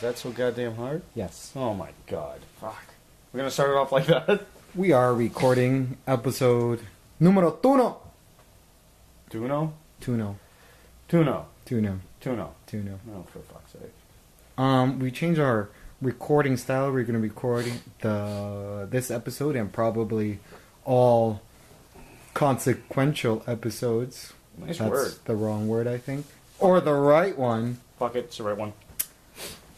that so goddamn hard? Yes. Oh my god. Fuck. We're gonna start it off like that. We are recording episode numero tuno. Tuno? Tuno. Tuno. Tuno. Tuno. Tuno. Oh, for fuck's sake. Um, we changed our recording style. We're going to record the this episode and probably all consequential episodes. Nice That's word. the wrong word, I think. Or the right one. Fuck it, it's the right one.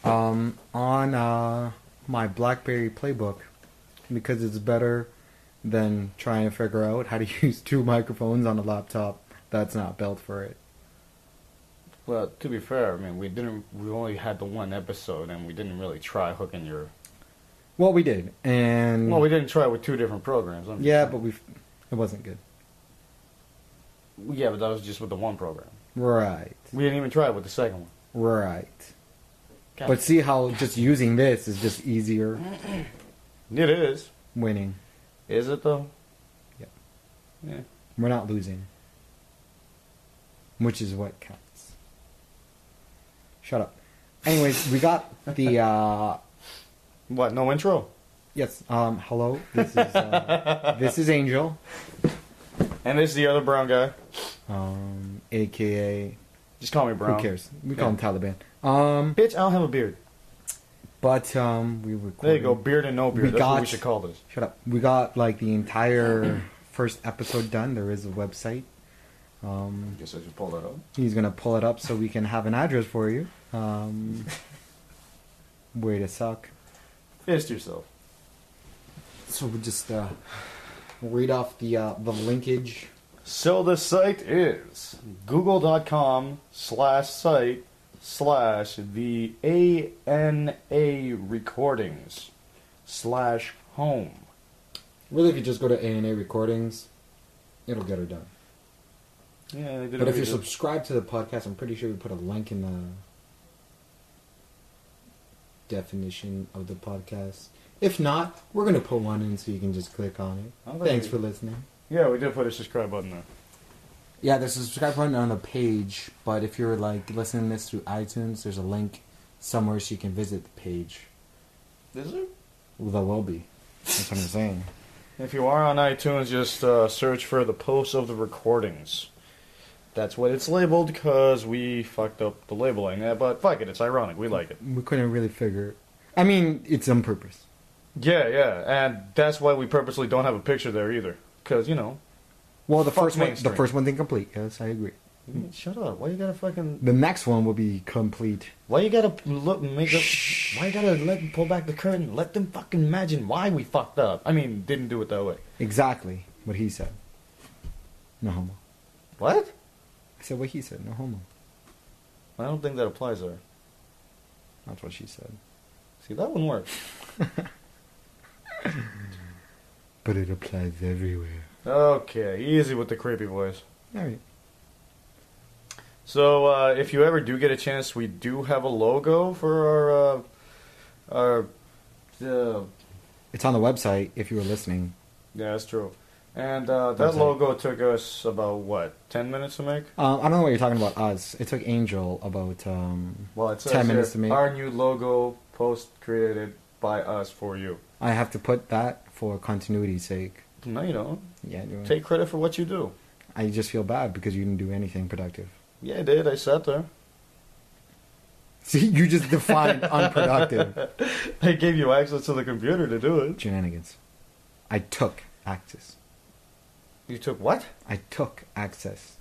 um, on uh, my BlackBerry playbook because it's better than trying to figure out how to use two microphones on a laptop that's not built for it. Well, to be fair, I mean, we didn't. We only had the one episode, and we didn't really try hooking your. Well, we did, and Well, we didn't try with two different programs. I'm just Mm. yeah, but saying. we it wasn't good. yeah, but that was just with the one program. Right, We didn't even try it with the second one. right. God. But see how just using this is just easier it is. winning. Is it though? Yeah. Yeah. We're not losing, which is what counts. Shut up. Anyways, we got the uh, What? No intro. Yes. Um, hello. This is uh, this is Angel, And this is the other brown guy. um, aka Just call me brown. who cares? We call him Taliban. Um, Bitch, I don't have a beard. but um, we recorded. There you go, beard and no beard. We That's what we got- should call this. Shut up. We got like the entire first episode done. There is a website. Um, Guess I should pull that up. he's gonna pull it up so we can have an address for you. Um, way to suck. Fist yourself. So we will just uh, read off the uh, the linkage. So the site is google.com slash site slash the ANA recordings slash home. Really, if you just go to A and A Recordings, it'll get her done. Yeah, they did But a if you're video. subscribed to the podcast, I'm pretty sure we put a link in the definition of the podcast. If not, we're gonna put one in so you can just click on I don't it. think Thanks we- for listening. yeah, we did put a subscribe button there. Yeah, there's a subscribe button on the page, but if you're like listening to this through iTunes, there's a link somewhere so you can visit the page. Is there? Well, there will be. That's what I'm saying. If you are on iTunes, just uh, search for the posts of the recordings. That's what it's labeled because we fucked up the labeling. Yeah, but fuck it, it's ironic. We like it. We couldn't really figure. I mean, it's on purpose. Yeah, yeah, and that's why we purposely don't have a picture there either. Because, you know. Well, the Fuck first one, the mainstream. first one thing complete. Yes, I agree. Shut up. Why you gotta fucking. The next one will be complete. Why you gotta look make up. Why you gotta let pull back the curtain? Let them fucking imagine why we fucked up. I mean, didn't do it that way. Exactly what he said. No homo. What? I said what he said. No homo. I don't think that applies there. That's what she said. See, that one works. But it applies everywhere. Okay, easy with the creepy voice. All right. So, uh, if you ever do get a chance, we do have a logo for our. Uh, our. Uh, It's on the website if you were listening. yeah, that's true. And uh, that Website. logo took us about, what, 10 minutes to make? Um, I don't know what you're talking about. Us. It took Angel about um, Well, it says 10 here, minutes to make. our new logo post created by us for you. I have to put that for continuity's sake. No, you don't. Yeah. do it. Take credit for what you do. I just feel bad because you didn't do anything productive. Yeah, I did. I sat there. See, you just defined unproductive I gave you access to the computer to do it. shenanigans. I took access. You took what? I took access.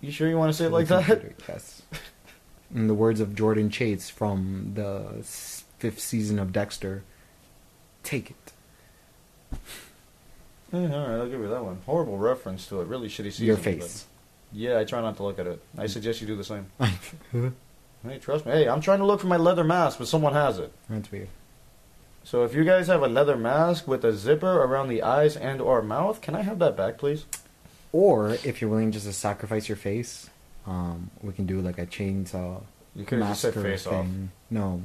You sure you want to say it to like the that? computer, Yes. In the words of Jordan Chase from the s- fifth season of Dexter, take it. Yeah, all right, I'll give you that one. Horrible reference to it. Really shitty season. Your but- face. Yeah, I try not to look at it. I suggest you do the same. That's Hey, trust me. Hey, I'm trying to look for my leather mask, but someone has it. weird. So if you guys have a leather mask with a zipper around the eyes and or mouth, can I have that back, please? Or if you're willing just to sacrifice your face, um, we can do like a chainsaw You could have just said massacre face off. thing. No,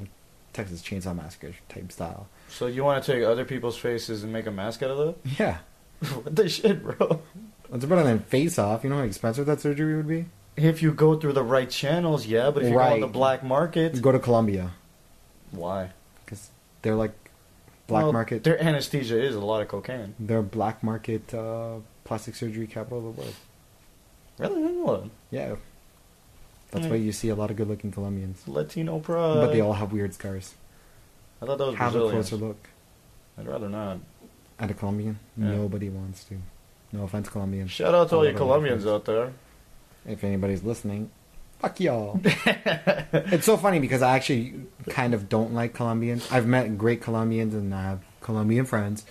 Texas chainsaw massacre type style. So you want to take other people's faces and make a mask out of Yeah, that? what the shit, bro? that's better than face off. You know how expensive that surgery would be. If you go through the right channels, yeah, but if you go on Right. the black market, Go to Colombia. Why? because they're like black Well, market. They're, Their anesthesia is a lot of cocaine. black market uh, plastic surgery capital of the world. Really? I didn't know that. Yeah, that's Hmm. why you see a lot of good-looking Colombians, Uh, Latino pride. but they all have weird scars. I thought that was Have a Brazilian. closer look I'd rather not. at a Colombian. Yeah. Nobody wants to. No offense, Colombians. Shout out to all I you love Colombians Americans. out there. If anybody's listening, fuck y'all. it's so funny because I actually kind of don't like Colombians. I've met great Colombians and I have Colombian friends,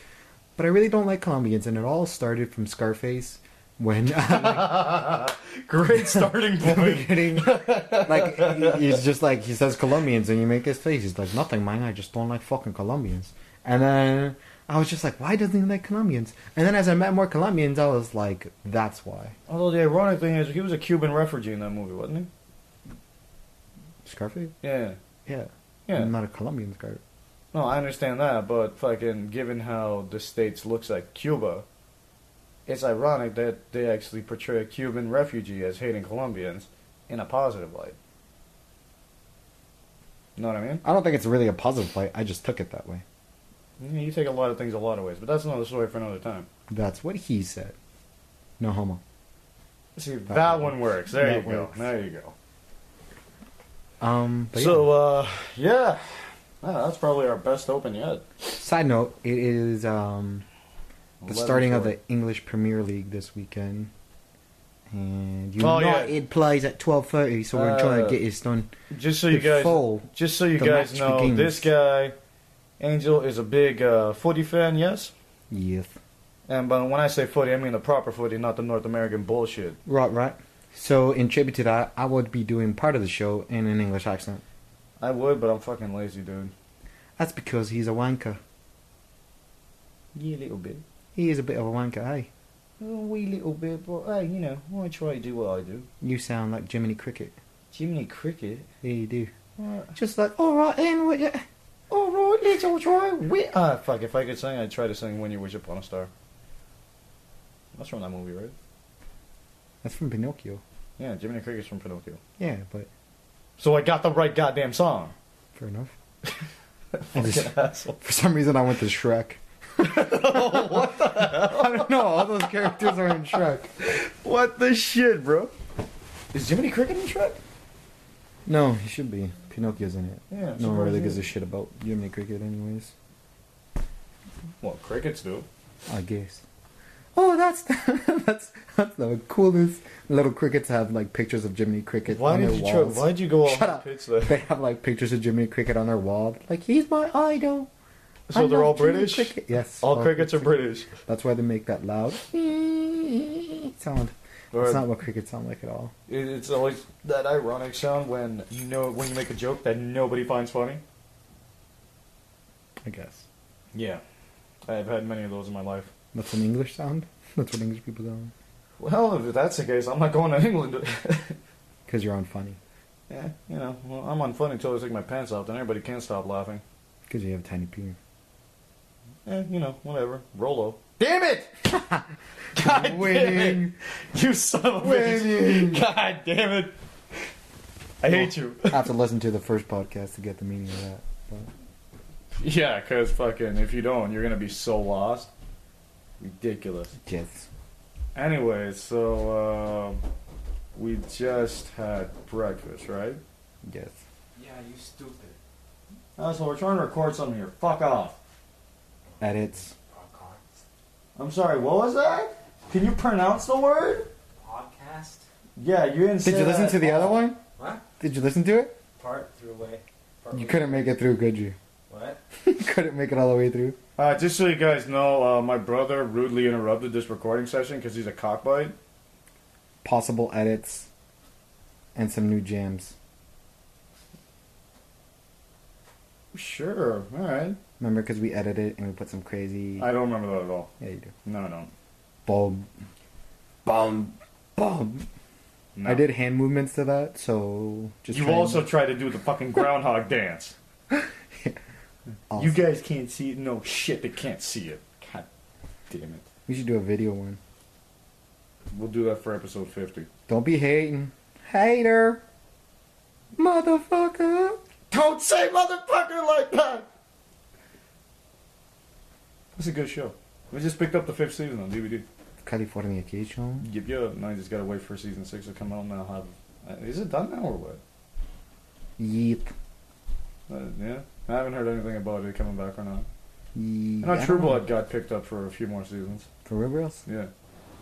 but I really don't like Colombians. And it all started from Scarface when uh, Great starting point. beginning. like he's just like he says Colombians, and you make his face. He's like, nothing, man. I just don't like fucking Colombians. And then I was just like, why doesn't he like Colombians? And then as I met more Colombians, I was like, that's why Although the ironic thing is, he was a Cuban refugee in that movie, wasn't Scarface. he? Yeah. Yeah, Yeah. I'm not a Colombian Scarface. No, I understand that, but fucking given how the states looks like Cuba, it's ironic that they actually portray a Cuban refugee as hating Colombians in a positive light. Know what I mean? I don't think it's really a positive play. I just took it that way. Yeah, Mm-hmm. You take a lot of things a lot of ways, but that's another story for another time. That's what he said. No homo. See, that, That one works. There That you go. works. There you go. Um, but So, uh, yeah. Ah, that's probably our best open yet. yeah. side note, it is um, the 11 starting of for- the English Premier League this weekend, and Oh, yeah. United plays at twelve thirty. So we're Uh, trying to get it done Just so you guys, before. just so you the guys match know, begins. this guy, Angel, is a big uh, footy fan. Yes, Yes, and but when I say footy, I mean the proper footy, not the North American bullshit. right, right. So in tribute to that, I would be doing part of the show in an English accent. I would, but I'm fucking lazy, dude. That's because he's a wanker. Yeah, a little bit, He is a bit of a wanker, hey. a wee little bit, but hey, you know, I try to do what I do. You sound like Jiminy Cricket. Jiminy Cricket. Yeah, you do. What? Just like, all right then, what ya- All right, let's all try. We ah fuck. If I could sing, I'd try to sing "When You Wish Upon a Star." That's from that movie, right? That's from Pinocchio. Yeah, Jiminy Cricket's from Pinocchio. Yeah, but So I got the right goddamn song. fair enough. I just- asshole. for some reason, I went to Shrek. what the hell? I don't know. All those characters are in Shrek. What the shit, bro? Is Jiminy Cricket in Shrek? No, he should be. Pinocchio's in it. Yeah, no one really gives a shit. shit about Jiminy Cricket, anyways. Well, crickets do. I guess. Oh, that's that's that's the coolest. Little crickets have like pictures of Jiminy Cricket Why on did their you try, walls. Why'd you go off Shut the up. pitch there? They have like pictures of Jiminy Cricket on their wall. Like he's my idol. So I they're love all Jiminy British. Cricket. Yes. All crickets are British. That's why they make that loud sound. Or It's not what crickets sound like at all. it- it's always that ironic sound when you know when you make a joke that nobody finds funny. I guess Yeah, I've had many of those in my life. that's an English sound. That's what English people sound. Well, if that's the case, I'm not going to England. Because you're unfunny. yeah, you know, well, I'm unfunny until I take my pants off, then everybody can stop laughing. Because you have a tiny penis. Eh, you know, whatever. Rolo. Damn it! God damn Winning. it! You son of a Winning. bitch! God damn it! I hate you. I have to listen to the first podcast to get the meaning of that. But yeah, cause fucking if you don't, you're gonna be so lost. Ridiculous. yes. Anyway, so uh, we just had breakfast, right? Yes. Yeah, you stupid. That's we're trying to record something here. Fuck off. Edits. Podcast? I'm sorry. What was that? Can you pronounce the word? Podcast? Yeah, you didn't. Did you listen to the other one? What? Did you listen to it? Part through away. Part You way. couldn't make it through, could you? What? you couldn't make it all the way through. Uh, just so you guys know, uh, my brother rudely interrupted this recording session because he's a cockbite. Possible edits. And some new jams. Sure. All right. Remember, because we edited it and we put some crazy. I don't remember that at all. Yeah, you do. No, I don't. Boom. Boom. Boom. No. I did hand movements to that, so just. You try and- also tried to do the fucking groundhog dance. Awesome. You guys can't see it. No shit, they can't see it. God damn it. We should do a video one. We'll do that for episode 50. Don't be hating. Hater. Motherfucker. Don't say motherfucker like that. It's a good show. We just picked up the fifth season on DVD. California Cation. Yep, yeah. Now you just gotta wait for season six to come out, and I'll have. uh, Is it done now or what? Yep. Uh, yeah, I haven't heard anything about it coming back or not. Yep. I know True Blood got picked up for a few more seasons. For real, girls? Yeah,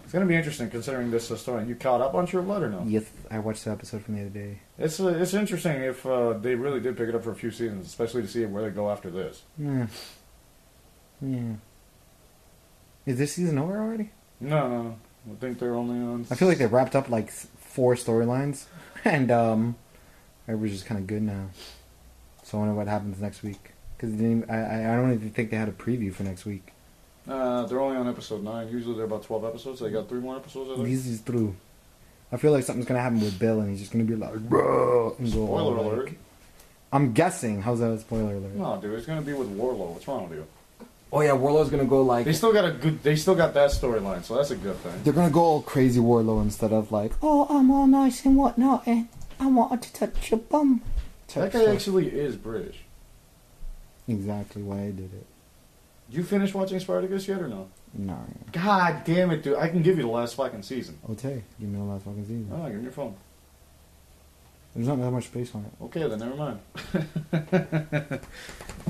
it's gonna be interesting considering this is starting. You caught up on True Blood or no? Yes, I watched the episode from the other day. It's uh, it's interesting if uh, they really did pick it up for a few seasons, especially to see where they go after this. Yeah. Yeah. Is this season over already? No, no, no. I think they're only on. I feel like they wrapped up like s- four storylines, and um, everybody's just kind of good now. So I wonder what happens next week. Because I, I don't even think they had a preview for next week. Uh, they're only on episode nine. Usually they're about twelve episodes. They got three more episodes. I think. This is true. I feel like something's gonna happen with Bill, and he's just gonna be like, "Bro," and go Spoiler all, alert. like- I'm guessing. How's that a spoiler alert? No, dude, it's gonna be with Warlow. What's wrong with you? Oh yeah, Warlow's gonna go like They still got a good. They still got that storyline, so that's a good thing. They're gonna go all crazy Warlow instead of like, oh, I'm all nice and whatnot, and I wanted to touch your bum. That Type guy stuff. actually is British. Exactly why I did it. You finished watching Spartacus yet or no? No. God damn it, dude! I can give you the last fucking season. Okay, give me the last fucking season. Oh, give me your phone. There's not that much space on it. Okay, then never mind.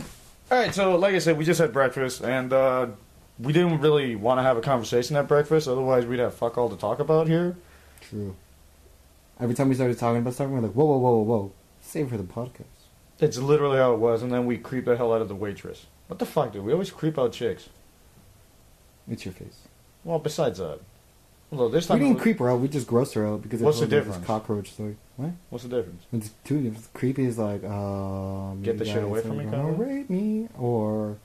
All right, so like I said, we just had breakfast, and uh, we didn't really want to have a conversation at breakfast. Otherwise, we'd have fuck all to talk about here. True. Every time we started talking about something, we're like, whoa, whoa, whoa, whoa, whoa. Save for the podcast. It's literally how it was, and then we creep the hell out of the waitress. What the fuck, dude? We always creep out chicks. It's your face. Well, besides that, although this We time, didn't creep her out. We just grossed her out because I What's the told her about this difference? cockroach story. What? what's the difference? It's two. It's creepy is like um, Get the you shit guys away are from me, gonna kinda? rape me or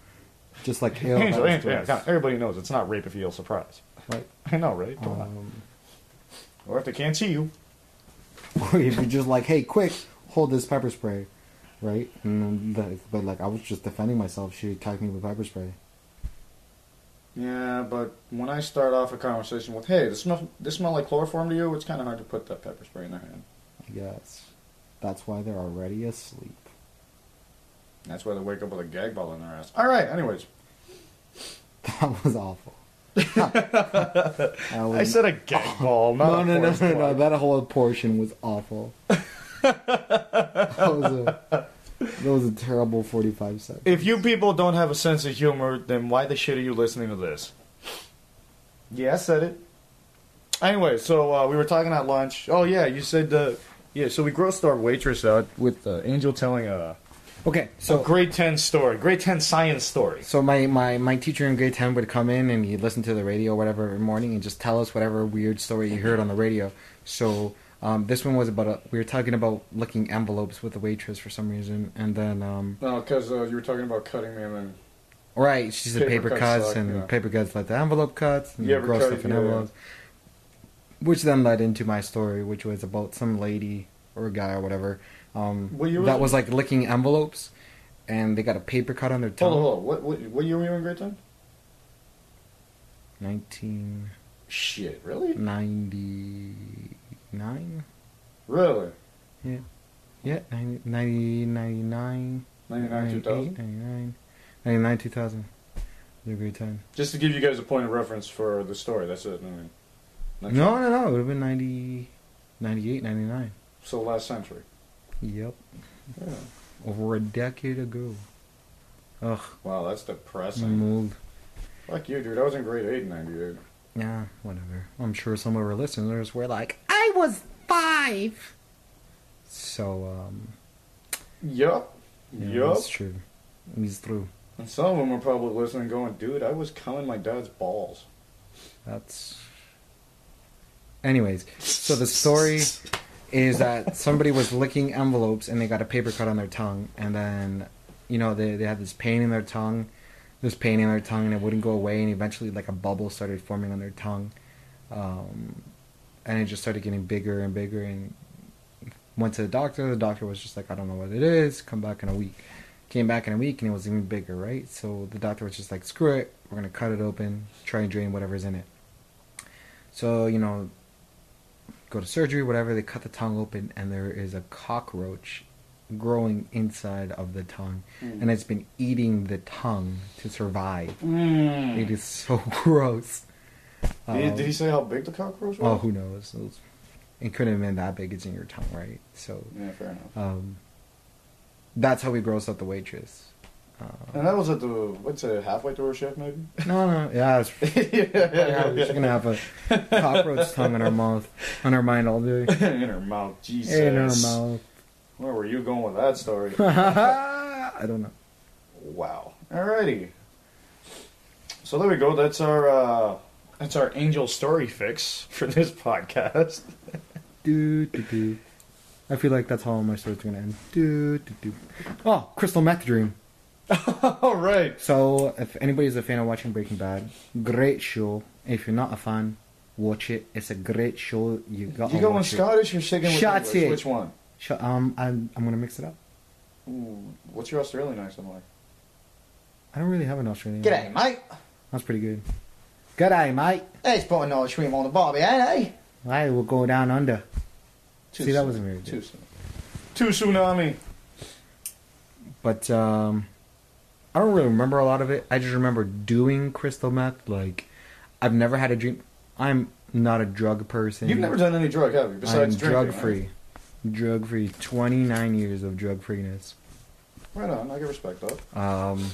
just like hail Angel, Hell's Angel, yeah, doors. kinda- everybody knows it's not rape if you yell surprise. Like, I know, right? Come on. um, Or if they can't see you, or if you're just like, hey, quick, hold this pepper spray, right? And then, like, but like I was just defending myself. She attacked me with pepper spray. Yeah, but when I start off a conversation with, "Hey, this smell this smell like chloroform to you," it's kind of hard to put that pepper spray in their hand. I guess that's why they're already asleep. That's why they wake up with a gag ball in their ass. All right. Anyways, That was awful. I, I was- said a gag ball, not no, a no, no, forest no, no. plug. That whole portion was awful. that was a that was a terrible forty-five seconds. If you people don't have a sense of humor, then why the shit are you listening to this? Yeah, I said it. Anyway, so uh, we were talking at lunch. Oh yeah, you said uh, yeah. So we grossed our waitress out with uh, Angel telling a, okay, a so grade ten story, grade ten science story. So my, my, my teacher in grade 10 would come in and he'd listen to the radio or whatever every morning and just tell us whatever weird story you heard on the radio. So um, this one was about, a, we were talking about licking envelopes with the waitress for some reason. And then, um, No, because uh, you were talking about cutting me, and then right, she said Paper paper, cuts cuts suck, and yeah. paper cuts led to envelope cuts and You ever gross cut- stuff in yeah, yeah. envelopes. Which then led into my story, which was about some lady or a guy or whatever um, Well, you that were- was like licking envelopes and they got a paper cut on their tongue. Hold on, hold on. What, what, what year were you in grade 10? Shit, really? Mm. 1999? Really? Yeah, 90, 90, 99. 99, 2000? 99, 99, 2000. It was a great time. Just to give you guys a point of reference for the story, that's it. I mean, not No, sure. no, no. It would have been 90, 98, 99. So last century. Yep. Yeah. Over a decade ago. Ugh, Wow, that's depressing. mold. Fuck you, dude. I was in grade 8 in 98. Yeah, whatever. I'm sure some of our listeners were like, I was five. So, um, Yup. yeah, yup. that's true. It's true. And some of them were probably listening going, dude, I was coming my dad's balls. That's. Anyways, so the story is that somebody was licking envelopes and they got a paper cut on their tongue, and then, you know, they, they had this pain in their tongue, this pain in their tongue, and it wouldn't go away, and eventually, like, a bubble started forming on their tongue. Um, and it just started getting bigger and bigger, and went to the doctor. The doctor was just like, I don't know what it is, come back in a week. Came back in a week, and it was even bigger, right? So the doctor was just like, screw it, we're gonna cut it open, try and drain whatever's in it. So, you know, go to surgery, whatever, they cut the tongue open, and there is a cockroach growing inside of the tongue, and it's been eating the tongue to survive. It is so gross. Did, Um, did he say how big the cockroach was? Oh, who knows? It, was- it couldn't have been that big. It's in your tongue, right? So Yeah, fair enough. um, that's how we grossed out the waitress. Uh, And that was at the what's it halfway through her shift maybe. no, no, yeah, it's, yeah, yeah, we're just gonna have a cockroach tongue in our mouth, on our mind all day, in her mouth, Jesus. in our mouth. Where were you going with that story? Ah, I don't know. wow. Alrighty. So there we go. That's our uh, that's our angel story fix for this podcast. Do do do. I feel like that's how all my stories are gonna end. Do do do. Oh, crystal meth dream. All right. So, if anybody's a fan of watching Breaking Bad, great show. If you're not a fan, watch it. It's a great show. You got. You going Scottish or sticking with Shots English? it. Which one? Sh- um, I'm I'm gonna mix it up. Ooh, what's your Australian accent like? I don't really have an Australian. G'day, mate. That's pretty good. G'day, mate. Hey, putting another swim on the barbie, ain't eh? I will go down under. Too See, that soon. wasn't very good. Too soon. Too tsunami. But um, I don't really remember a lot of it. I just remember doing crystal meth. Like, I've never had a dream. I'm not a drug person. You've never done any drug, have you? Besides I'm drinking, drug free. Drug free. 29 years of drug freeness. Right? right on. I can respect that. Um,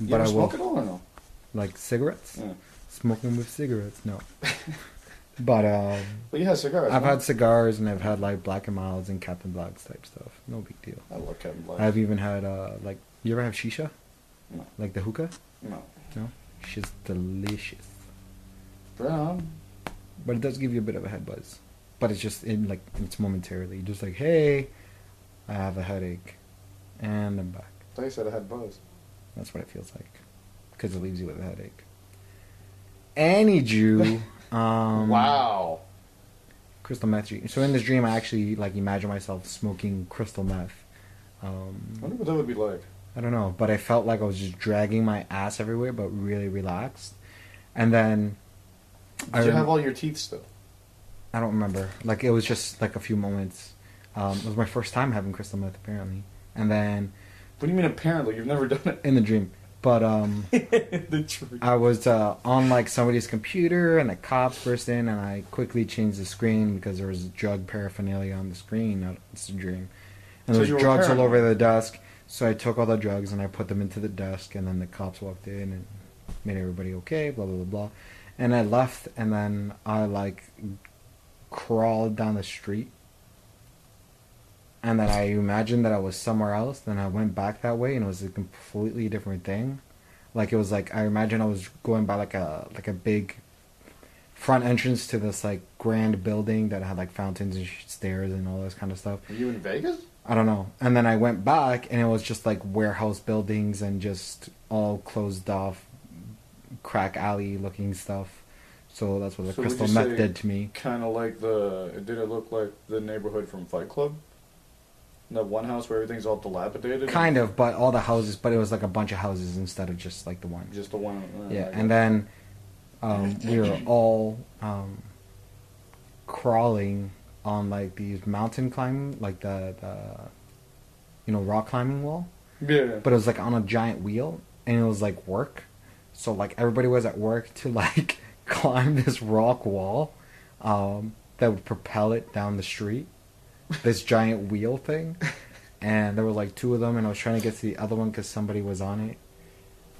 You but ever I smoke at will all or no? like cigarettes. Yeah. Smoking with cigarettes, no. but um, But you had cigars. I've no? had cigars and I've had like Black and Miles and Captain Blacks type stuff. No big deal. I love Kevin Black. I've even had uh, like you ever have shisha, No. like the hookah. No. No, she's delicious, Right on. but it does give you a bit of a head buzz. But it's just in like it's momentarily, just like hey, I have a headache, and I'm back. I thought you said I had buzz. That's what it feels like, because it leaves you with a headache. Any Jew. Um, wow. crystal meth dream. So in this dream, I actually like imagine myself smoking crystal meth. I wonder Um, what that would be like. I don't know, but I felt like I was just dragging my ass everywhere, but really relaxed. And then Did I you rem- have all your teeth still? I don't remember. Like it was just like a few moments. Um, it was my first time having crystal meth apparently, and then What do you mean apparently? You've never done in the dream. But um, it. the truth. I was uh, on like somebody's computer, and the cops burst in, and I quickly changed the screen because there was drug paraphernalia on the screen. Uh, It's a dream, So and there was you were drugs all paranoid. over the desk. So I took all the drugs and I put them into the desk, and then the cops walked in and made everybody okay. Blah blah blah blah, and I left, and then I like crawled down the street, and then I imagined that I was somewhere else. Then I went back that way, and it was a completely different thing like it was like I imagine I was going by like a like a big front entrance to this like grand building that had like fountains and sh- stairs and all this kind of stuff. Were you in Vegas? I don't know. And then I went back and it was just like warehouse buildings and just all closed off crack alley looking stuff. So that's what the So would crystal you meth say- did to me. Kind of like the. Did it look like the neighborhood from Fight Club? That one house where everything's all dilapidated. Kind of, but all the houses, but it was like a bunch of houses instead of just like the one. Just the one. uh, Yeah, I guess. and then um, we were all um, crawling on like these mountain climbing, like the, the you know rock climbing wall, Yeah. but it was like on a giant wheel, and it was like work. So like everybody was at work to like climb this rock wall um, that would propel it down the street, this giant wheel thing. And there were like two of them, and I was trying to get to the other one because somebody was on it.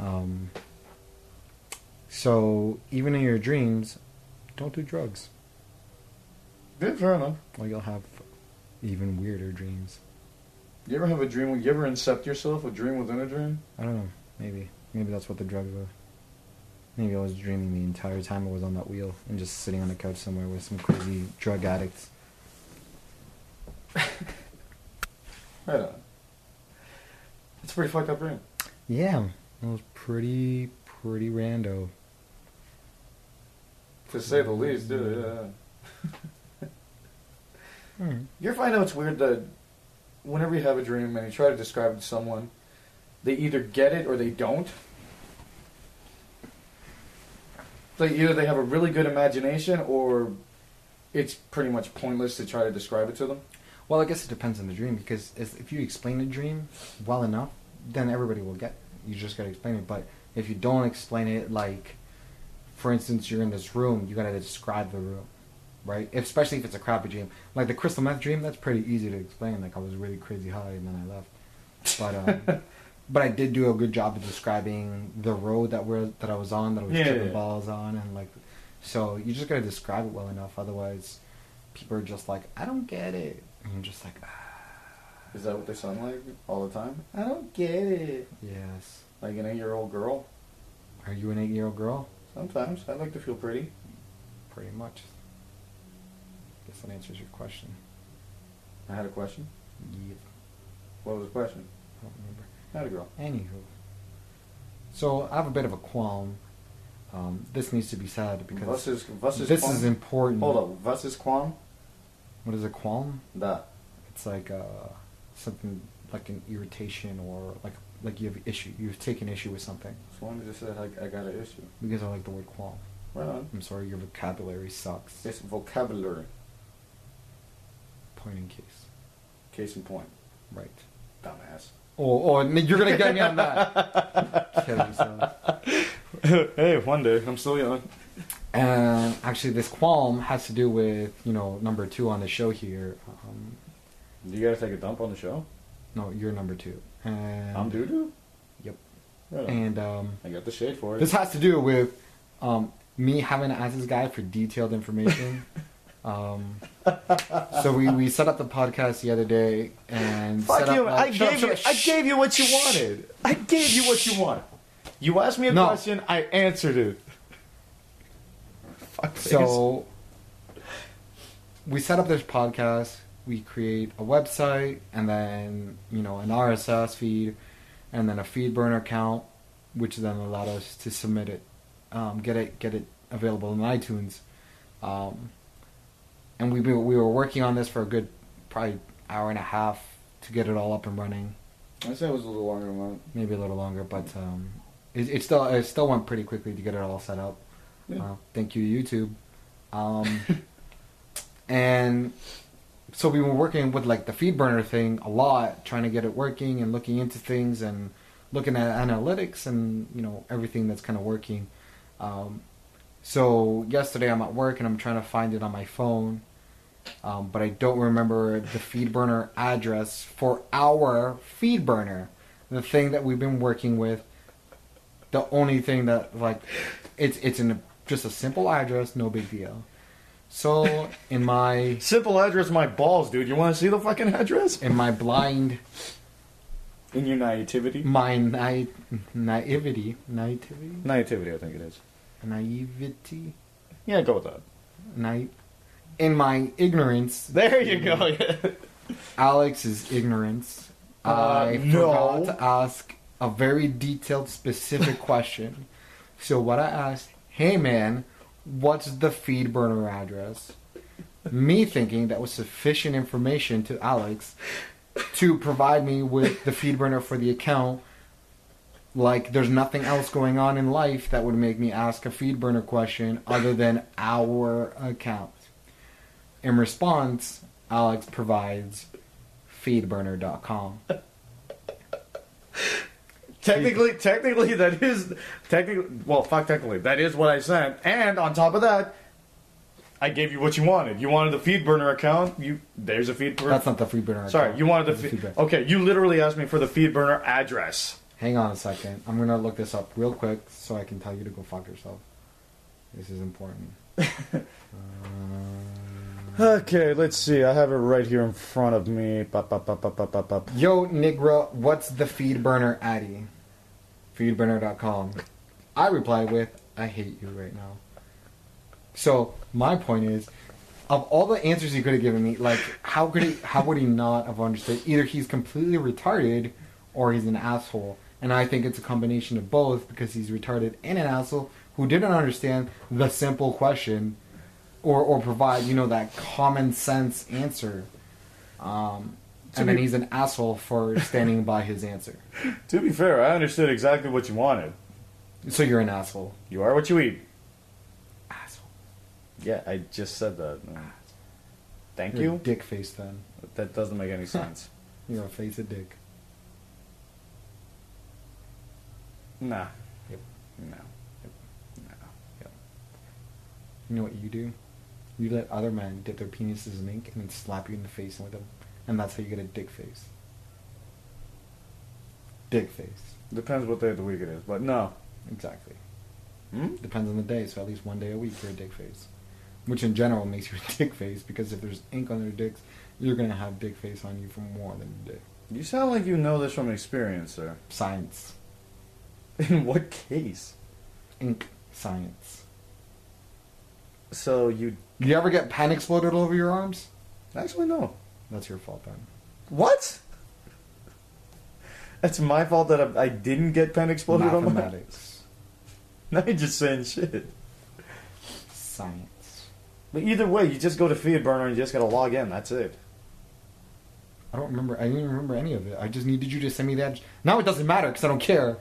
Um, so even in your dreams, don't do drugs, Yeah, fair enough. or you'll have even weirder dreams. You ever have a dream? You ever incept yourself? A dream within a dream? I don't know. Maybe. Maybe that's what the drugs were. Maybe I was dreaming the entire time I was on that wheel and just sitting on a couch somewhere with some crazy drug addicts. Right on. That's a pretty fucked up dream. Yeah, that was pretty, pretty rando. To say the least, dude. Yeah. Alright. You ever find out it's weird that whenever you have a dream and you try to describe it to someone, they either get it or they don't. Like either they have a really good imagination or it's pretty much pointless to try to describe it to them. Well, I guess it depends on the dream because if if you explain the dream well enough, then everybody will get. It. You just gotta explain it. But if you don't explain it, like, for instance, you're in this room, you gotta describe the room, right? Especially if it's a crappy dream, like the crystal meth dream. That's pretty easy to explain. Like I was really crazy high and then I left, but. Um, But I did do a good job of describing the road that we're that I was on, that I was Yeah, tripping yeah. balls on, and like, so you just gotta describe it well enough. Otherwise, people are just like, I don't get it. And you're just like, ah, Is that what they sound like all the time? I don't get it. yes. Like an eight-year-old girl. Are you an eight year old girl? Sometimes I like to feel pretty. Pretty much. Guess that answers your question. I had a question. Yep. What was the question? I don't remember. Not a girl. Anywho. So I have a bit of a qualm. Um, this needs to be said because Vus is Vus is this qualm? is important. Hold up. Vus is qualm. What is a qualm? Da. It's like uh, something like an irritation or like like you have issue. You've taken issue with something As long as it said I, I got an issue. because I like the word qualm. Right on. I'm sorry, your vocabulary sucks. It's vocabulary. Point in case. Case in point. Right. Dumbass. Oh, oh, and you're gonna get me on that. Kill yourself. hey, one day I'm still young. And actually, this qualm has to do with you know number two on the show here. Um, You gotta take a dump on the show. no, you're number two. And, I'm Oh. doo doo. Yep. Right on. And um, I got the shade for it. this has to do with um, me having to ask this guy for detailed information. um, so we, we set up the podcast the other day and set Fuck up, you! like- I shut up, gave shut you. up, I shh. gave you what you wanted. I gave you what you wanted. You asked me a No. question. I answered it. Fuck So we set up this podcast, we create a website, and then you know an RSS feed, and then a feed burner account, which then allowed us to submit it, um, get it, get it available in iTunes, um, and we we were working on this for a good probably hour and a half to get it all up and running, I said it was a little longer than that. maybe a little longer, but um, it, it still it still went pretty quickly to get it all set up. Yeah. Uh, thank you, YouTube. Um, and so we were working with like the feed burner thing a lot, trying to get it working and looking into things and looking at analytics and you know everything that's kind of working. Um, so yesterday I'm at work and I'm trying to find it on my phone, um, but I don't remember the feed burner address for our feed burner, the thing that we've been working with. The only thing that like, it's it's in a, just a simple address, no big deal. So in my Simple address, my balls, dude. You want to see the fucking address? in my blind In your naivety. my na- naivety naivety Naivety, I think it is. naivety Yeah, go with that. naive in my ignorance There you go. Yeah. Alex's ignorance, Uh, I no. forgot to ask a very detailed, specific question. So what I asked, hey man, what's the feed burner address? Me thinking that was sufficient information to Alex to provide me with the feed burner for the account. Like there's nothing else going on in life that would make me ask a feed burner question other than our account. In response, Alex provides feedburner.com. Technically, technically, that is technically. Well, fuck, technically, that is what I sent. And on top of that, I gave you what you wanted. You wanted the feed burner account. You there's a feed burner. That's not the feedburner. Sorry, account. you wanted That's the feed. feedburner. Okay, you literally asked me for the feed burner address. Hang on a second. I'm gonna look this up real quick so I can tell you to go fuck yourself. This is important. Uh, Okay, let's see. I have it right here in front of me. Pop, pop, pop, pop, pop, pop, pop. Yo, Nigra, what's the feedburner addy? Feedburner.com. I replied with, I hate you right now. So my point is, of all the answers he could have given me, like how could he? How would he not have understood? Either he's completely retarded, or he's an asshole. And I think it's a combination of both because he's retarded and an asshole who didn't understand the simple question, or or provide you know that common sense answer. Um, To and then be- he's an asshole for standing by his answer. To be fair, I understood exactly what you wanted. So you're an asshole. You are what you eat. Asshole. Yeah, I just said that. Thank You're a you. dick face then. That doesn't make any sense. You're a face of dick. nah. Yep. No. No. You know what you do? You let other men dip their penises in ink and then slap you in the face with them, and that's how you get a dick face. Dick face, Depends what day of the week it is, but no. exactly. Hmm? Depends on the day, so at least one day a week you're a dick face, which in general makes you a dick face because if there's ink on their dicks, you're gonna have dick face on you for more than a day. You sound like you know this from experience, sir. Science, In what case? ink, science. So you You ever get pen exploded all over your arms? actually no. That's your fault then. What? That's my fault that I, I didn't get pen exploded on my. Mathematics, Now you're just saying shit. science. But either way, you just go to FeedBurner and you just gotta log in. That's it. I don't remember. I didn't even remember any of it. I just needed you to send me that. Now it doesn't matter because I don't care.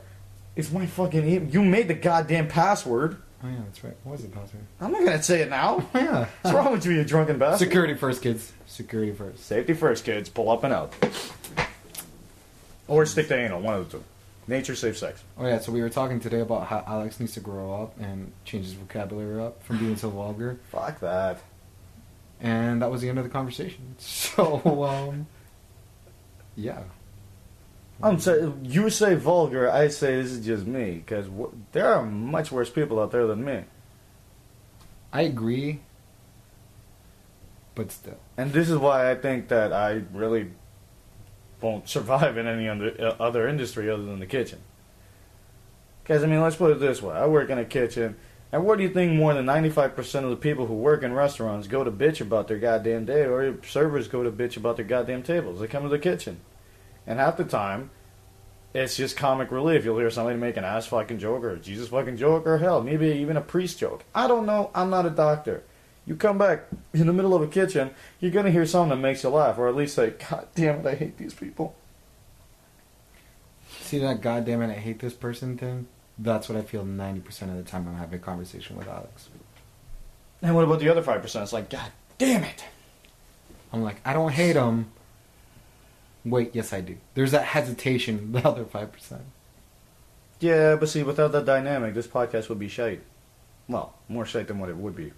It's my fucking. E- you made the goddamn password. Oh yeah, that's right. What was it, password? I'm not gonna say it now. Oh What's wrong with you, you drunken yeah. bastard? Security first, kids. Security first. Safety first, kids. Pull up and out. Or stick to anal. One of the two. Nature safe sex. Oh yeah. So we were talking today about how Alex needs to grow up and change his vocabulary up from being so vulgar, Fuck that. and that was the end of the conversation. So um, yeah. I'm sorry. You say vulgar. I say this is just me because w- there are much worse people out there than me. I agree, but still, And this is why I think that I really won't survive in any under, uh, other industry other than the kitchen. Because, I mean, let's put it this way I work in a kitchen, and where do you think more than 95% of the people who work in restaurants go to bitch about their goddamn day, or servers go to bitch about their goddamn tables? They come to the kitchen. And half the time, it's just comic relief. You'll hear somebody make an ass fucking joke, or a Jesus fucking joke, or hell, maybe even a priest joke. I don't know. I'm not a doctor. You come back in the middle of a kitchen, you're gonna hear something that makes you laugh, or at least say, "God damn it, I hate these people." see that goddamn it, I hate this person thing. That's what I feel ninety percent of the time I'm having a conversation with Alex. And what about the other five percent? It's like, God damn it. I'm like, I don't hate him. Wait, yes, I do. There's that hesitation, the other 5%. Yeah, but see, without that dynamic, this podcast would be shite. Well, more shite than what it would be.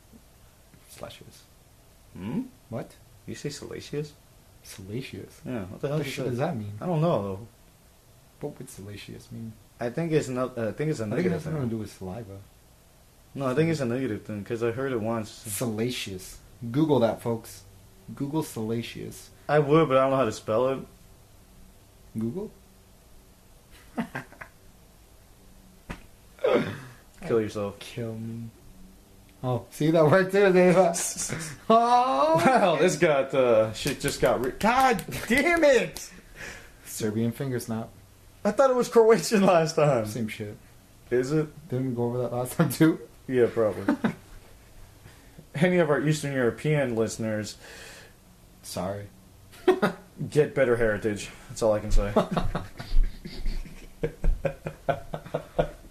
Slashes. Hmm? What? You say salacious? Salacious. Yeah. What the hell What the did you shit say? does that mean? I don't know though. What would salacious mean? I think it's not. I think it's a I think it negative has something to thing. do with saliva. No, I think it's a negative thing because I heard it once. Salacious. Google that, folks. Google salacious. I would, but I don't know how to spell it. Google? Kill yourself. Kill me. Oh, see, that worked too, Dave. oh! Wow, this got uh, shit just got. Re- God damn it! Serbian finger snap. I thought it was Croatian last time. Same shit. Is it? Didn't we go over that last time, too? Yeah, probably. Any of our Eastern European listeners Sorry. get better heritage. That's all I can say.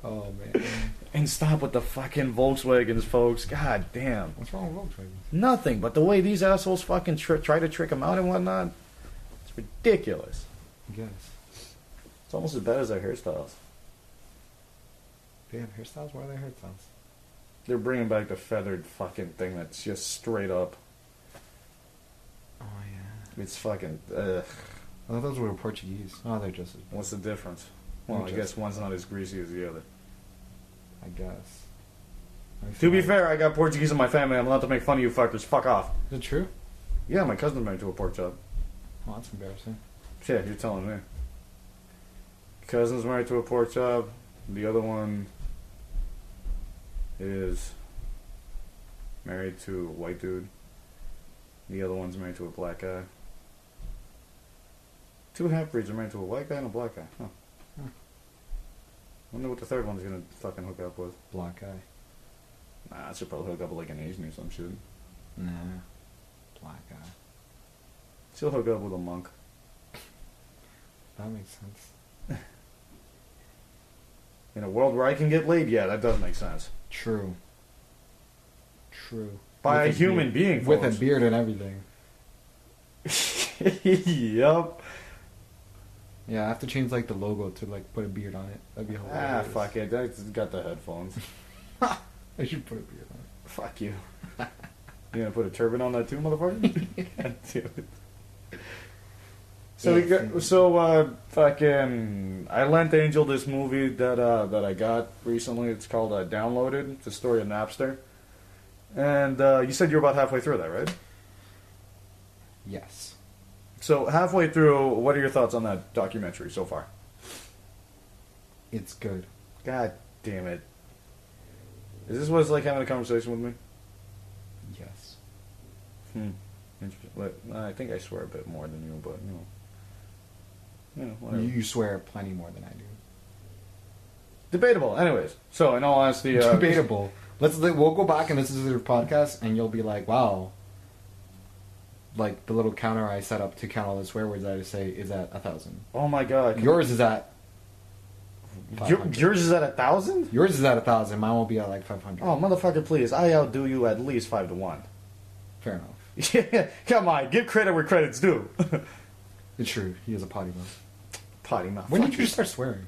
Oh, man. and stop with the fucking Volkswagens, folks. God damn. What's wrong with Volkswagen? Nothing but the way these assholes fucking tr- try to trick them out and whatnot. It's ridiculous. I guess. It's almost as bad as their hairstyles. They have hairstyles? Why are they hairstyles? They're bringing back the feathered fucking thing that's just straight up. Oh, yeah. It's fucking. Uh, Oh, those were Portuguese. Oh, they're just as bad, what's the difference? Well, I guess one's not as greasy as the other. I guess. I To be feel- fair, I got Portuguese in my family. I'm allowed to make fun of you fuckers. Fuck off. Is it true? Yeah, my cousin's married to a pork chop. Oh, that's embarrassing. Yeah, you're telling me. Cousin's married to a pork chop. The other one is married to a white dude. The other one's married to a black guy. Two half breeds are married to a white guy and a black guy. Huh. Hmm. Wonder what the third one's gonna fucking hook up with. Black eye. Nah, I should probably hook up with like an Asian or some shit. Nah. Black eye. She'll hook up with a monk. That makes sense. In a world where I can get laid, yeah, that does make sense. True. True. By With a human beard. being, With folks. a beard and everything. yup. Yeah, I have to change like the logo to like put a beard on it. That'd be Ah, hilarious. fuck it. I just got the headphones. I should put a beard on. it. fuck you. You gonna put a turban on that too, motherfucker? God damn it. So we got, so uh, fucking. I lent Angel this movie that uh, that I got recently. It's called uh, Downloaded. It's the story of Napster. And uh, you said you're about halfway through that, right? Yes. So halfway through, what are your thoughts on that documentary so far? It's good. God damn it! Is this what it's like having a conversation with me? Yes. Hmm. Interesting. Like, I think I swear a bit more than you, but you know, you know, whatever. You, you swear plenty more than I do. Debatable. Anyways, so in all honesty, uh, Debatable. Let's li- we'll go back and listen to their podcast, and you'll be like, "Wow." Like the little counter I set up to count all the swear words I say is at a thousand. Oh my god! Yours is at. Your, 500. yours is at a thousand. Yours is at a thousand. Mine will be at like five hundred. Oh motherfucker! Please, I outdo you at least five to one. fair enough. Yeah, come on, give credit where credit's due. It's true. He is a potty mouth. Potty mouth. When Fuck did you start swearing?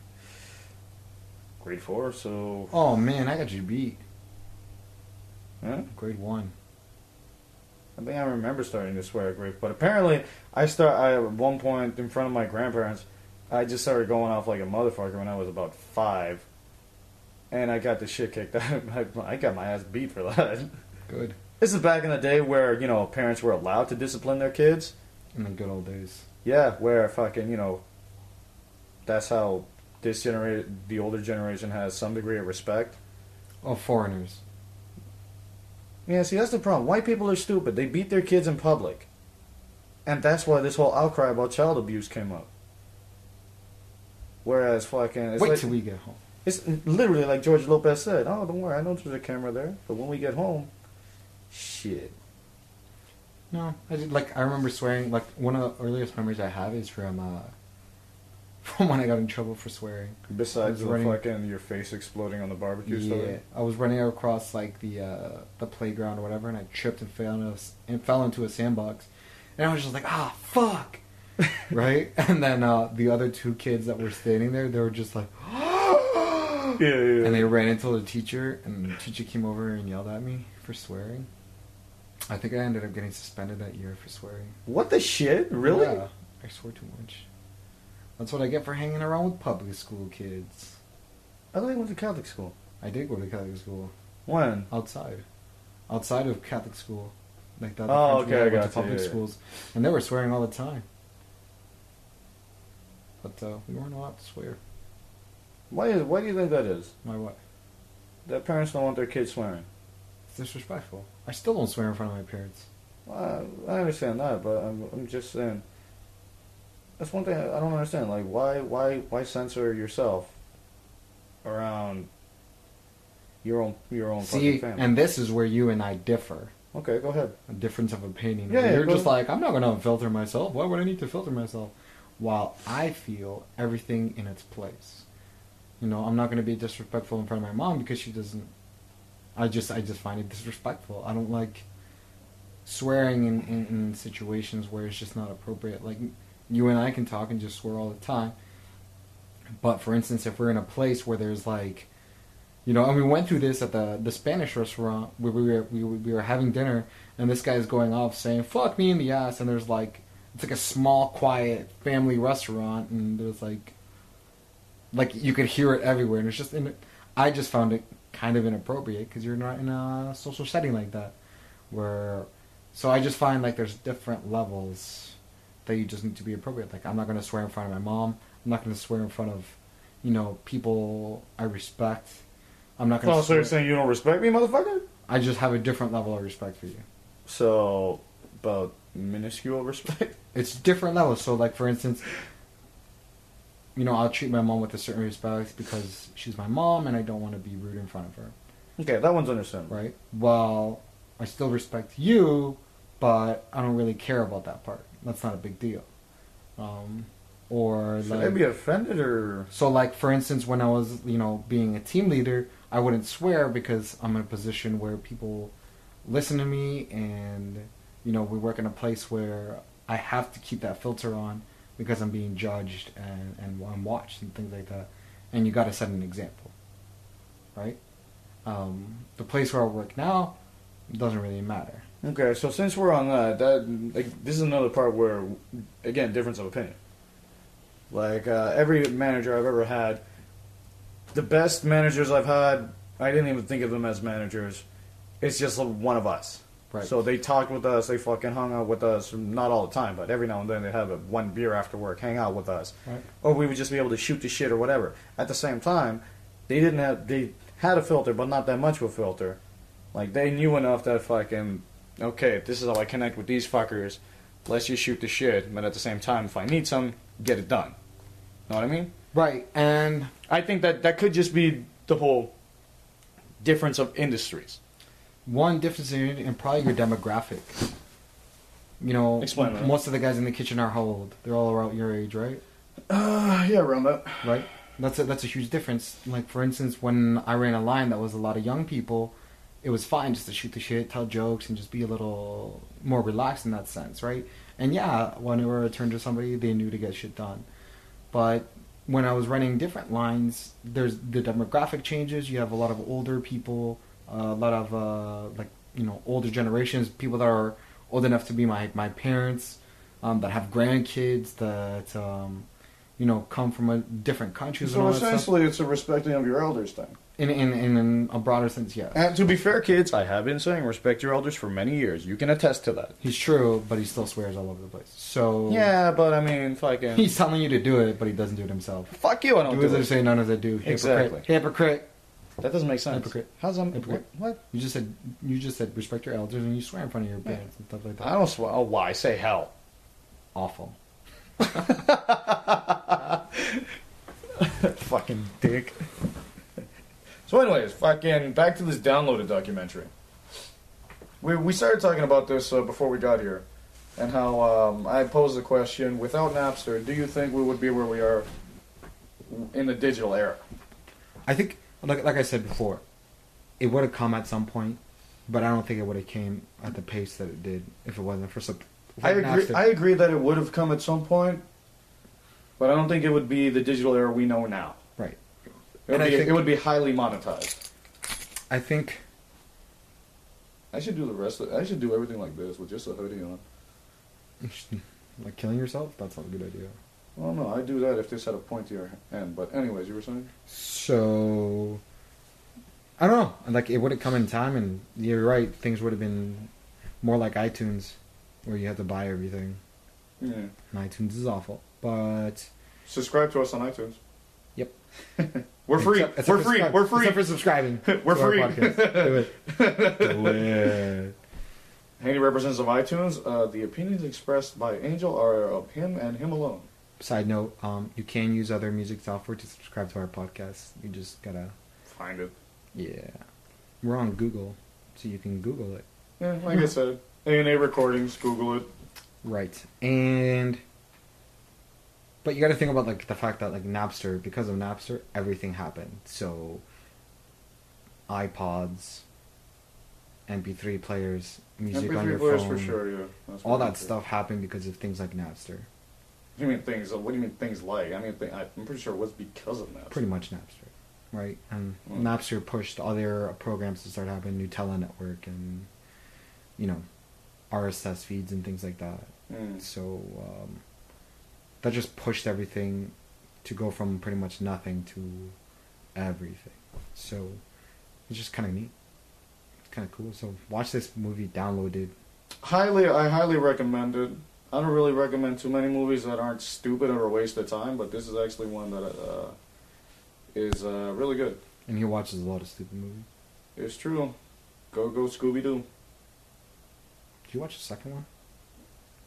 Grade four, so Oh man, I got you beat. huh? Grade one. I think I remember starting to swear at grade, but apparently I start. I at one point in front of my grandparents, I just started going off like a motherfucker when I was about five, and I got the shit kicked out. of my I got my ass beat for that. Good. This is back in the day where you know parents were allowed to discipline their kids. In the good old days. Yeah, where fucking you know. That's how this generation, the older generation, has some degree of respect. Oh, foreigners. Yeah, see, that's the problem. White people are stupid. They beat their kids in public, and that's why this whole outcry about child abuse came up. Whereas fucking, it's Wait like, till we get home. it's literally like George Lopez said. Oh, don't worry, I know there's a camera there. But when we get home, shit. No, I did, like I remember swearing. Like one of the earliest memories I have is from uh, from when I got in trouble for swearing. Besides It's the running- fucking your face exploding on the barbecue Yeah, story. I was running across like the uh, the playground or whatever, and I tripped and fell into a s and fell into a sandbox, and I was just like, ah, fuck, right? And then uh, the other two kids that were standing there, they were just like, Yeah, yeah. and they ran into the teacher, and the teacher came over and yelled at me for swearing. I think I ended up getting suspended that year for swearing. what the shit? Really? Yeah, I swore too much. That's what I get for hanging around with public school kids. I thought you went to Catholic school. I did go to Catholic school. When? outside, outside of Catholic school, like the other Oh, country, okay, I I went gotcha, to public yeah, yeah. schools, and they were swearing all the time. But uh, we weren't allowed to swear. Why is? Why do you think that is? My what? That parents don't want their kids swearing. It's disrespectful. I still don't swear in front of my parents. Well, I I understand that, but I'm, I'm just saying. That's one thing I I don't understand. Like, why, why, why censor yourself around your own, your own See, fucking family? and this is where you and I differ. okay, go ahead. A difference of opinion. Yeah, yeah, You're go just ahead. like, I'm not going to filter myself. Why would I need to filter myself? While I feel everything in its place. You know, I'm not going to be disrespectful in front of my mom because she doesn't. I just, I just find it disrespectful. I don't like swearing in, in, in situations where it's just not appropriate. Like you and I can talk and just swear all the time. But for instance, if we're in a place where there's like, you know, and we went through this at the the Spanish restaurant where we were we, were- we were having dinner, and this guy's going off saying "fuck me in the ass," and there's like it's like a small, quiet family restaurant, and there's like, like you could hear it everywhere, and it's just in. I just found it kind of inappropriate because you're not in a social setting like that, where. So I just find like there's different levels that you just need to be appropriate. Like I'm not going to swear in front of my mom. I'm not going to swear in front of, you know, people I respect. I'm not going to. Oh, so you're saying you don't respect me, motherfucker? I just have a different level of respect for you. So about minuscule respect. It's different levels. So, like for instance, you know, I'll treat my mom with a certain respect because she's my mom, and I don't want to be rude in front of her, Okay, that one's understandable. right? Well, I still respect you, but I don't really care about that part. That's not a big deal. Um, or Should like, I be offended or? So, like for instance, when I was, you know, being a team leader, I wouldn't swear because I'm in a position where people listen to me, and you know, we work in a place where I have to keep that filter on because I'm being judged and and I'm watched and things like that. And you got to set an example, right? Um, the place where I work now doesn't really matter. Okay, so since we're on that, that like, this is another part where, again, difference of opinion. Like uh, every manager I've ever had, the best managers I've had, I didn't even think of them as managers. It's just one of us. Right. So they talked with us, they fucking hung out with us, not all the time, but every now and then they have a one beer after work, hang out with us, Right. or we would just be able to shoot the shit or whatever. At the same time, they didn't have they had a filter, but not that much of a filter. Like they knew enough that fucking okay, this is how I connect with these fuckers. Let's just shoot the shit, but at the same time, if I need some, get it done. Know what I mean? Right. And I think that that could just be the whole difference of industries. One difference in, in probably your demographic. You know, Explain that. most of the guys in the kitchen are how old? They're all around your age, right? Uh, yeah, around that. Right. That's a, that's a huge difference. Like for instance, when I ran a line that was a lot of young people, it was fine just to shoot the shit, tell jokes, and just be a little more relaxed in that sense, right? And yeah, whenever I turned to somebody, they knew to get shit done. But when I was running different lines, there's the demographic changes. You have a lot of older people, a lot of uh, like you know older generations, people that are old enough to be my my parents, um, that have grandkids that um, you know come from a different countries and all that stuff. it's a respecting of your elders thing. In, in in in a broader sense, yes. And to be fair, kids, I have been saying respect your elders for many years. You can attest to that. He's true, but he still swears all over the place. So Yeah, but I mean, fucking. he's telling you to do it, but he doesn't do it himself. Fuck you, I don't Do do as I it. say, not as I do. Hypocrite. Exactly. Hypocrite. That doesn't make sense. Hypocrite. How's that? Hypocrite. What? You just said you just said respect your elders, and you swear in front of your parents and stuff like I that. don't swear. Oh, why? Say hell. Awful. fucking dick. so, anyways, fucking back to this downloaded documentary. We, we started talking about this uh, before we got here, and how um, I posed the question: without Napster, do you think we would be where we are in the digital era? I think, like like I said before, it would have come at some point, but I don't think it would have came at the pace that it did if it wasn't for some. I agree. I agree that it would have come at some point, but I don't think it would be the digital era we know now. right. It would, And I be, think- it would be highly monetized. I think I should do the rest. Of, I should do everything like this with just a hoodie on. like killing yourself. That's not a good idea. Well, no, I'd do that if this had a pointier end. But anyways, you were saying? So I don't know. Like it would have come in time, and you're right. Things would have been more like iTunes, where you have to buy everything. Yeah. And iTunes is awful, but Subscribe to us on iTunes. Yep. We're free. Except- except we're for free. subscribe- We're free. Except for subscribing. We're to our free. podcast. Do it. Do it. Handy represents of iTunes. Uh, the opinions expressed by Angel are of him and him alone. Side note: um, You can use other music software to subscribe to our podcast. You just gotta, Find it. yeah. We're on Google, so you can Google it. Yeah, like I said, A and A recordings. Google it. Right. And but you got to think about like the fact that like Napster, because of Napster, everything happened. So iPods, MP3 players, music on your MP3 players for phone, sure. Yeah. That's all pretty that true. stuff happened because of things like Napster. What do you mean things? What do you mean things like? I mean, th- I'm pretty sure it was because of that. Pretty much Napster, right? And Well- Napster pushed other programs to start happening, Nutella Network, and you know, RSS feeds and things like that. Mm. So um, that just pushed everything to go from pretty much nothing to everything. So it's just kind of neat. It's kind of cool. So watch this movie downloaded. Highly, I highly recommend it. I don't really recommend too many movies that aren't stupid or a waste of time, but this is actually one that uh, is uh, really good. And he watches a lot of stupid movies. It's true. Go go Scooby Doo. Did you watch the second one?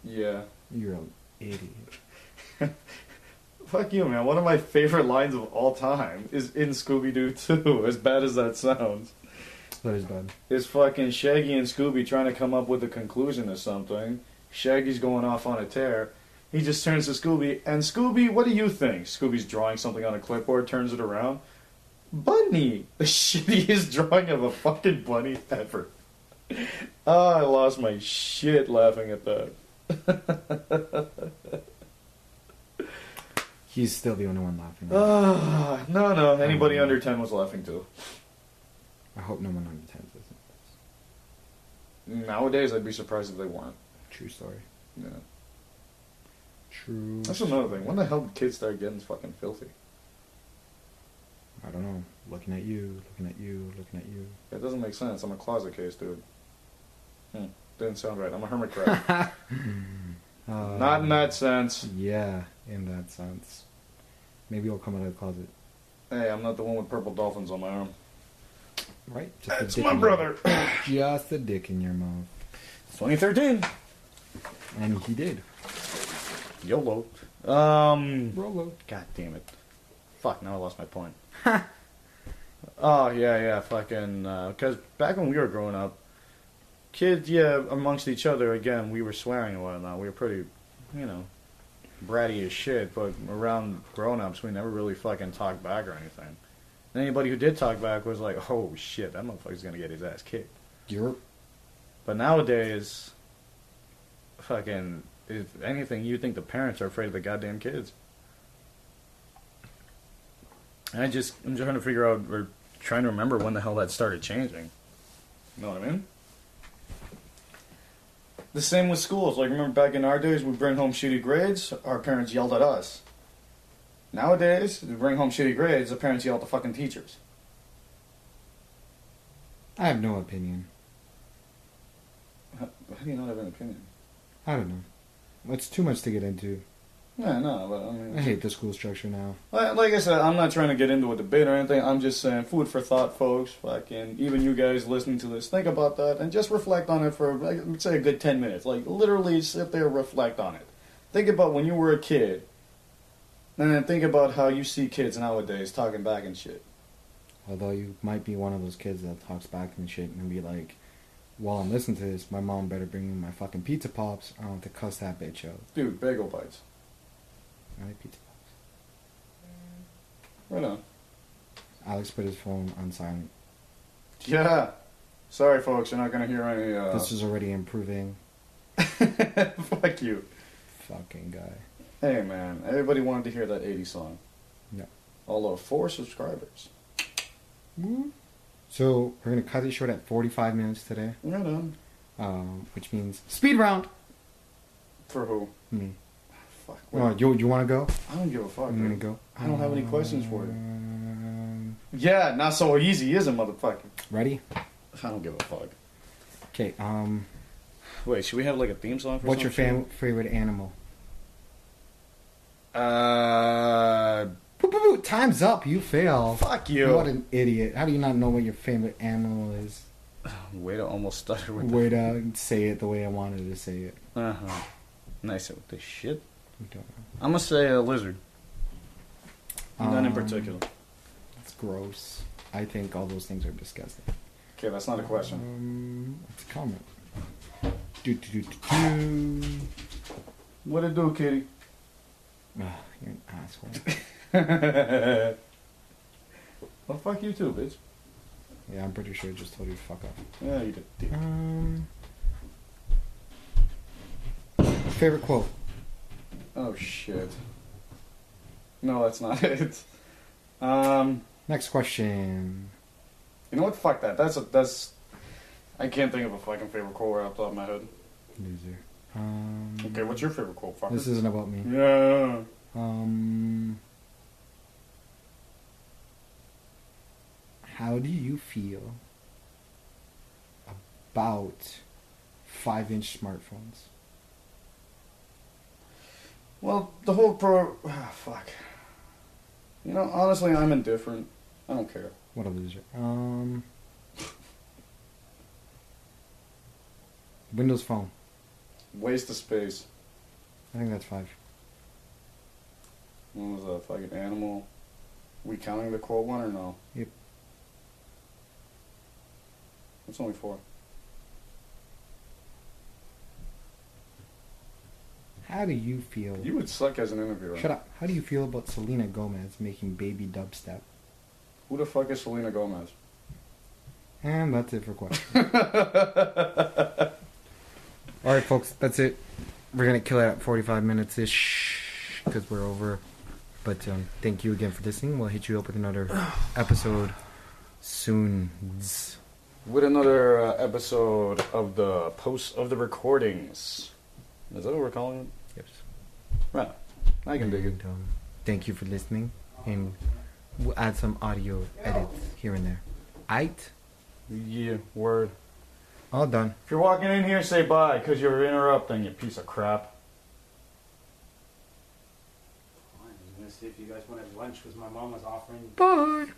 Yeah. You're an idiot. Fuck you, man. One of my favorite lines of all time is in Scooby Doo 2, as bad as that sounds. That is bad. It's fucking Shaggy and Scooby trying to come up with a conclusion to something. Shaggy's going off on a tear. He just turns to Scooby, and Scooby, what do you think? Scooby's drawing something on a clipboard, turns it around. Bunny! The shittiest drawing of a fucking bunny ever. Ah, I lost my shit laughing at that. He's still the only one laughing. Ah, no, no. Anybody under 10 was laughing too. I hope no one understands this. Nowadays, I'd be surprised if they weren't. True story. Yeah. True. That's another thing. When the hell did kids start getting fucking filthy? I don't know. Looking at you, looking at you, looking at you. That doesn't make sense. I'm a closet case, dude. Hmm. Didn't sound right. I'm a hermit crab. Uh, Not in that sense. Yeah, in that sense. Maybe I'll come out of the closet. Hey, I'm not the one with purple dolphins on my arm. Right? Just a That's dick my in your- brother. Just a dick in your mouth. 2013. And he did. YOLO. Um. Rolo. God damn it. Fuck, now I lost my point. oh, yeah, yeah, fucking. Because back when we were growing up, kids, yeah, amongst each other, again, we were swearing and whatnot. We were pretty, you know, bratty as shit, but around grown ups, we never really fucking talked back or anything. And anybody who did talk back was like, oh shit, that motherfucker's gonna get his ass kicked. You're. But nowadays, fucking, if anything, you think the parents are afraid of the goddamn kids. And I just, I'm just trying to figure out, or trying to remember when the hell that started changing. You know what I mean? The same with schools. Like, remember back in our days, we bring home shitty grades, our parents yelled at us. Nowadays, we bring home shitty grades, the parents yell at the fucking teachers. I have no opinion. How, how do you not have an opinion? I don't know. It's too much to get into. Yeah, no, but I mean. I hate the school structure now. Like like I said, I'm not trying to get into a debate or anything. I'm just saying food for thought, folks. Fucking even you guys listening to this, think about that and just reflect on it for like, let's say a good ten minutes. Like literally sit there, reflect on it. Think about when you were a kid, and then think about how you see kids nowadays talking back and shit. Although you might be one of those kids that talks back and shit and be like, while I'm listening to this, my mom better bring me my fucking pizza pops. I don't have to cuss that bitch out. Dude, bagel bites. I like pizza pops. Right on. Alex put his phone on silent. Yeah. Sorry, folks. You're not gonna hear any. Uh... This is already improving. Fuck you. Fucking guy. Hey, man. Everybody wanted to hear that '80 song. Yeah. Although four subscribers. So we're gonna cut it short at 45 minutes today, Right on. um, which means speed round. For who? Me. Fuck. wait. Oh, you you want to go? I don't give a fuck. I'm gonna dude. go. Uh, I don't have any questions for you. Um, Yeah, not so easy, is it, motherfucker? Ready? I don't give a fuck. Okay. Um, Wait, should we have like a theme song? for what's your some fam- favorite animal? shit? Uh, Boop, boop, boop, Time's up. You fail. fuck What you. an idiot! How do you not know what your favorite animal is? Way to almost stutter with Way to say it the way I wanted to say it. that. Uh huh. Nice with this shit. You don't know. I'm gonna say a lizard. None in Um, particular. It's gross. I think all those things are disgusting. Okay, that's not a question. Um, it's a comment. Do do do do do. What it do, kitty? Ugh, you're an asshole. well, fuck you too, bitch. yeah, I'm pretty sure I just told you to fuck off. Yeah, you did. Um, favorite quote. Oh shit. No, that's not it. Um. Next question. You know what? Fuck that. That's a that's. I can't think of a fucking favorite quote right off the top of my head. Loser. Um, Okay, what's your favorite quote, fucker? This isn't about me. yeah. Um, how do you feel about five-inch smartphones? Well, the whole pro. Ah, fuck. You know, honestly, I'm indifferent. I don't care. What a loser. Um, Windows Phone. Waste of space. I think that's five. What was that? Fucking animal. We counting the quote one or no? Yep. That's only four. How do you feel? You would suck as an interviewer. Shut up. How do you feel about Selena Gomez making baby dubstep? Who the fuck is Selena Gomez? And that's it for questions. All right, folks. That's it. We're gonna kill it at 45 minutes ish because we're over. But um, thank you again for listening. We'll hit you up with another episode soon. With another uh, episode of the post of the recordings. Is that what we're calling it? Yes, Right. I can dig it. And, um, thank you for listening, and we'll add some audio edits here and there. Aight, Yeah, word. all done. If you're walking in here, say bye, because you're interrupting, you piece of crap. I was gonna see if you guys wanted lunch because my mom was offering Bye.